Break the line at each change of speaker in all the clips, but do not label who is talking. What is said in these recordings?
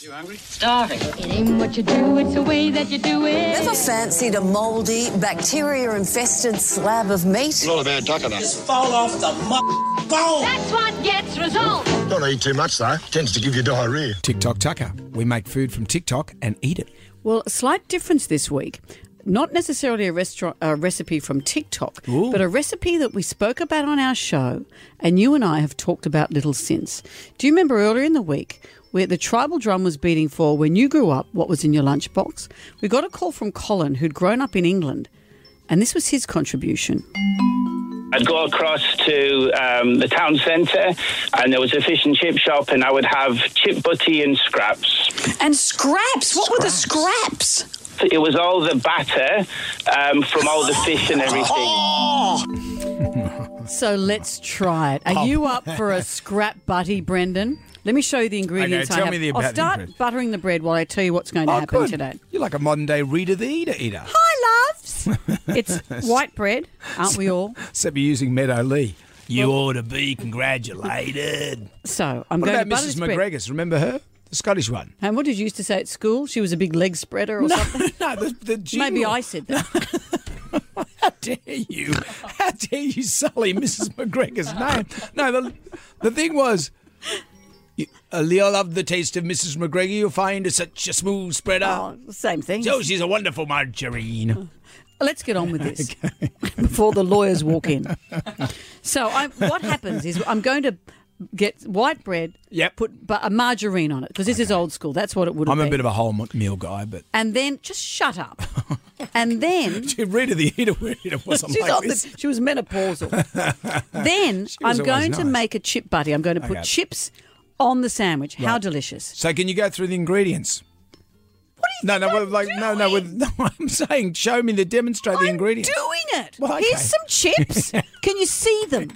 You hungry?
Starving.
It ain't what you do, it's the way that you do it.
Ever fancied a mouldy, bacteria infested slab of meat?
Not a bad tucker, though.
Just fall off the m- phone.
That's what gets results.
Don't eat too much though. Tends to give you diarrhea.
TikTok Tucker. We make food from TikTok and eat it.
Well, a slight difference this week. Not necessarily a restaurant a recipe from TikTok, but a recipe that we spoke about on our show, and you and I have talked about little since. Do you remember earlier in the week where the tribal drum was beating for when you grew up? What was in your lunchbox? We got a call from Colin, who'd grown up in England, and this was his contribution.
I'd go across to um, the town centre, and there was a fish and chip shop, and I would have chip butty and scraps.
And scraps. What were the scraps?
It was all the batter um, from all the fish and everything.
So let's try it. Are
Oh.
you up for a scrap butty, Brendan? Let me show you the ingredients
tell
I have.
me the
I'll
about the
start
ingredients. Oh,
buttering the bread while I tell you what's going to happen
good.
today.
You're like a modern day reader the eater eater.
Hi, loves. it's white bread, aren't we all?
Except you're using Meadow Lee. You ought to be congratulated.
So I'm
What
going
about
to butter
Mrs.
this bread.
McGregor's? Remember her? The Scottish one.
And what did you used to say at school? She was a big leg spreader or something.
no, the, the jingle.
Maybe I said that.
How dare you? How dare you sully Mrs. McGregor's name? No, the, the thing was, you, uh, Leo loved the taste of Mrs. McGregor. You'll find her such a smooth spreader.
Oh, same thing.
So she's a wonderful margarine.
Let's get on with this before the lawyers walk in. So I, what happens is I'm going to get white bread.
Yep.
Put bu- a margarine on it because this is old school. That's what it would.
I'm a
have been.
bit of a whole m- meal guy, but
And then just shut up. and then
to read of the eater, it wasn't
She's
like
on
this.
the, she was menopausal. then I'm
was
going
always
to
nice.
make a chip buddy. I'm going to put
Okay.
chips on the sandwich. How delicious.
So can you go through the ingredients? What are you no, no, well, like no, no, with, no. I'm saying, show me the demonstrate the
I'm
ingredients.
doing it.
Well, okay.
Here's some chips. Can you see them?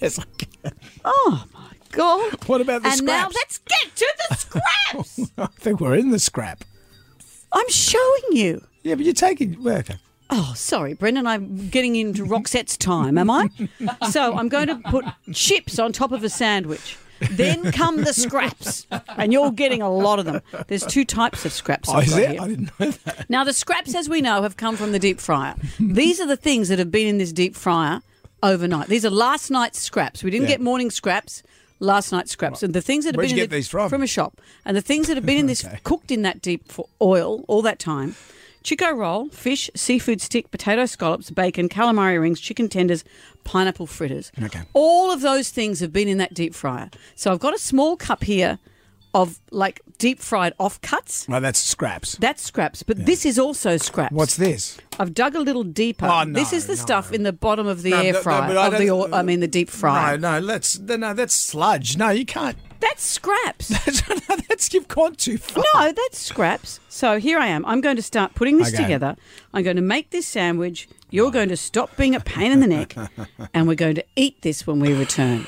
yes, I can.
Oh my god.
What about the
And now
scraps?
let's get to the scraps.
I think we're in the scrap.
I'm showing you.
Yeah, but you're taking. Well, okay.
Oh, sorry, Brendan. I'm getting into Roxette's time, am I? so I'm going to put chips on top of a sandwich. Then come the scraps, and you're getting a lot of them. There's two types of scraps.
Oh,
I've
is
got
it?
here.
I didn't know that.
Now, the scraps, as we know, have come from the deep fryer. These are the things that have been in this deep fryer overnight. These are last night's scraps. We didn't
Yeah.
get morning scraps. Last night's scraps and the things that have
Where'd
been
you
in
get
the-
these from?
a shop and the things that have been in this cooked in that deep for oil all that time. Chico roll, fish, seafood stick, potato scallops, bacon, calamari rings, chicken tenders, pineapple fritters.
Okay.
All of those things have been in that deep fryer. So I've got a small cup here of like deep fried offcuts.
No, that's scraps.
That's scraps, but this is also scraps.
What's this?
I've dug a little deeper.
Oh, no,
this is the
no.
stuff in the bottom of the
No,
air
no, no,
fryer.
but I
of Oh, the,
don't-
or, I mean, the deep fryer.
No, no, let's no, that's sludge. No, you can't.
That's scraps.
that's you've gone too far.
no, that's scraps. So here I am. I'm going to start putting this
Okay.
together. I'm going to make this sandwich. You're going to stop being a pain in the neck, and we're going to eat this when we return.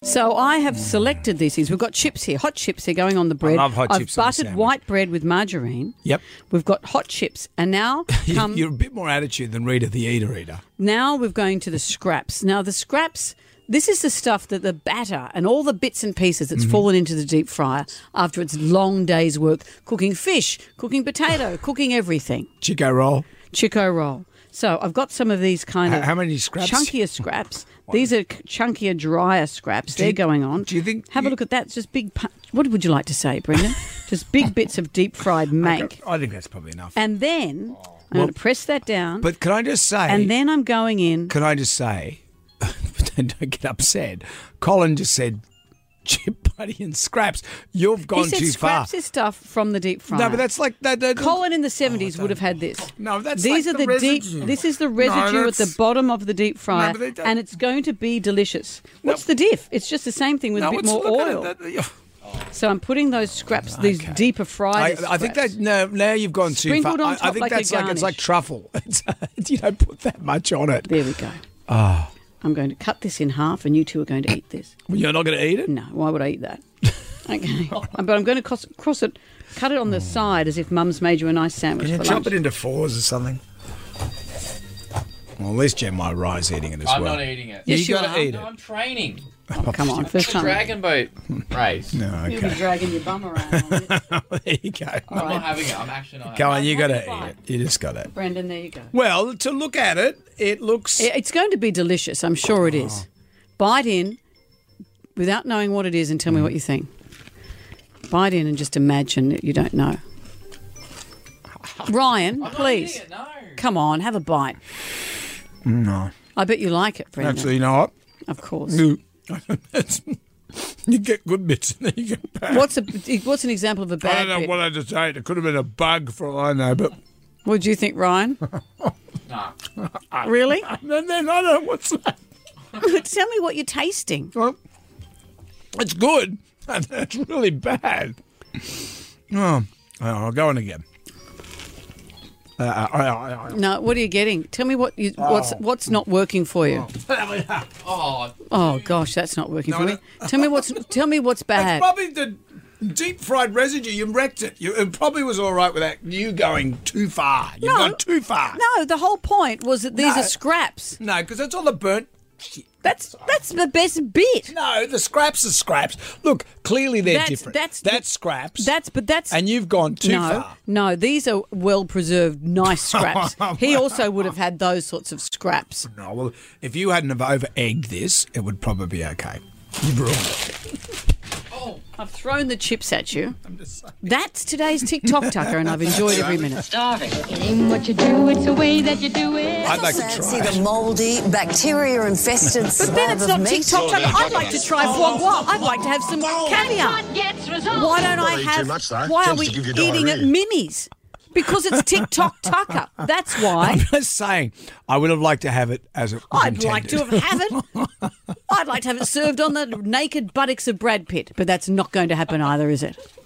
So I have selected these things. We've got chips here, hot chips here going on the bread.
Mm. love hot
I've
chips on a
buttered
sandwich.
white bread with margarine.
Yep.
We've got hot chips, and now come
You're a bit more attitude than Rita the Eater Eater.
Now we're going to the scraps. Now the scraps. This is the stuff that the batter and all the bits and pieces
Mm-hmm.
that's fallen into the deep fryer after its long day's work cooking fish, cooking potato, cooking everything.
Chico roll.
Chico roll. So I've got some of these kind
How-
of
how many scraps?
Chunkier scraps. These are c- chunkier, drier scraps. They're
you-
going on.
do you think
Have
you-
a look at that. It's just big. pu- What would you like to say, Brendan? just big bits of deep fried mank.
I think that's probably enough.
And then I'm going to press that down.
but can I just say?
and then I'm going in.
can I just say? don't get upset. Colin just said chip buddy and scraps. You've gone
he said
too far.
scraps his stuff from the deep fryer.
no, but that's like that. that
Colin in the seventies would have had this.
No, that's
these
like
are
the
the,
residue.
deep. This is the residue at the
that's-
bottom of the deep fryer,
but they don't-
and it's going to be delicious. What's the diff? It's just the same thing with
no,
a bit
let's
more
look at
oil.
it. That- yeah.
So I'm putting those scraps, these deeper
I,
fried.
I think that no, now you've gone too far.
Sprinkled on
I, I
top
think
like a
that's like it's like
garnish.
truffle. It's, you don't put that much on it.
There we go. Ah. I'm going to cut this in half, and you two are going to eat this.
You're not going to eat it.
No, why would I eat that? Okay, but I'm going to cross, cross it, cut it on
Hmm.
the side as if Mum's made you a nice sandwich. for lunch.
into fours or something? Well, at least Jen might rise eating it as
I'm
well.
not eating it.
Yes, you
gotta
are.
eat
No,
it.
I'm training.
Oh, come on, first time.
Dragon boat race.
No,
You'll be
okay.
dragging your bum around. on it.
there you go.
I'm not having it. I'm actually not.
Go
having
on, you got to eat
Fine.
it. You just got it.
Brandon, there you go.
Well, to look at it, it looks.
It- It's going to be delicious. I'm sure it is.
Oh.
Bite in without knowing what it is and tell
Mm.
me what you think. Bite in and just imagine that you don't know. Ryan,
it.
please.
I'm not eating it,
Come on, have a bite.
no,
I bet you like it, Brendan.
actually, you know what?
Of course.
You you get good bits and then you get bad.
What's a what's an example of a
I
bad
don't know
bit?
what I just ate. It could have been a bug for all I know, but
What do you think, Ryan?
no. No.
really?
and then I don't know what's that.
tell me what you're tasting.
Well, It's good. It's really bad. Oh, I'll go on again. Uh, uh, uh, uh,
No, what are you getting? Tell me what you
Oh.
what's what's not working for you.
uh.
Oh,
Oh gosh, that's not working
No,
for
I
me. Tell me what's tell me what's
It's
bad.
probably the
Uh,
deep fried residue. You wrecked it. You, it probably was all right without you going too far. You've
No.
gone too far.
No, the whole point was that these
No.
are scraps.
No, because that's all the burnt. shit.
That's that's the best bit.
No, the scraps are scraps. Look, clearly they're
That's-
different.
that's
That's,
the-
scraps.
That's but that's
and you've gone too
no,
far. Oh,
no. These are well preserved, nice scraps. he also would have had those sorts of scraps.
No, well, if you hadn't have over egged this, it would probably be okay. You've ruined it. Oh.
I've thrown the chips at you. That's today's TikTok Tucker, and I've enjoyed every minute.
It ain't what you do, it's the way that you do it.
I'd like to
Fancy
try.
the
it.
mouldy, bacteria infested
But
slab
then it's
of
not
meat.
TikTok Tucker. I'd like to try foie gras. I'd like to have some
Oh,
caviar.
What gets results?
Why don't I
Probably too
have?
much, though.
why are
Tends
we
to give you
eating at
diarrhea.
Minnie's? Because it's TikTok Tucker. That's
I'm
why.
just saying, I would have liked to have it as it was
I'd like to have
intended.
had it. I'd like to have it served on the naked buttocks of Brad Pitt, but that's not going to happen either, is it?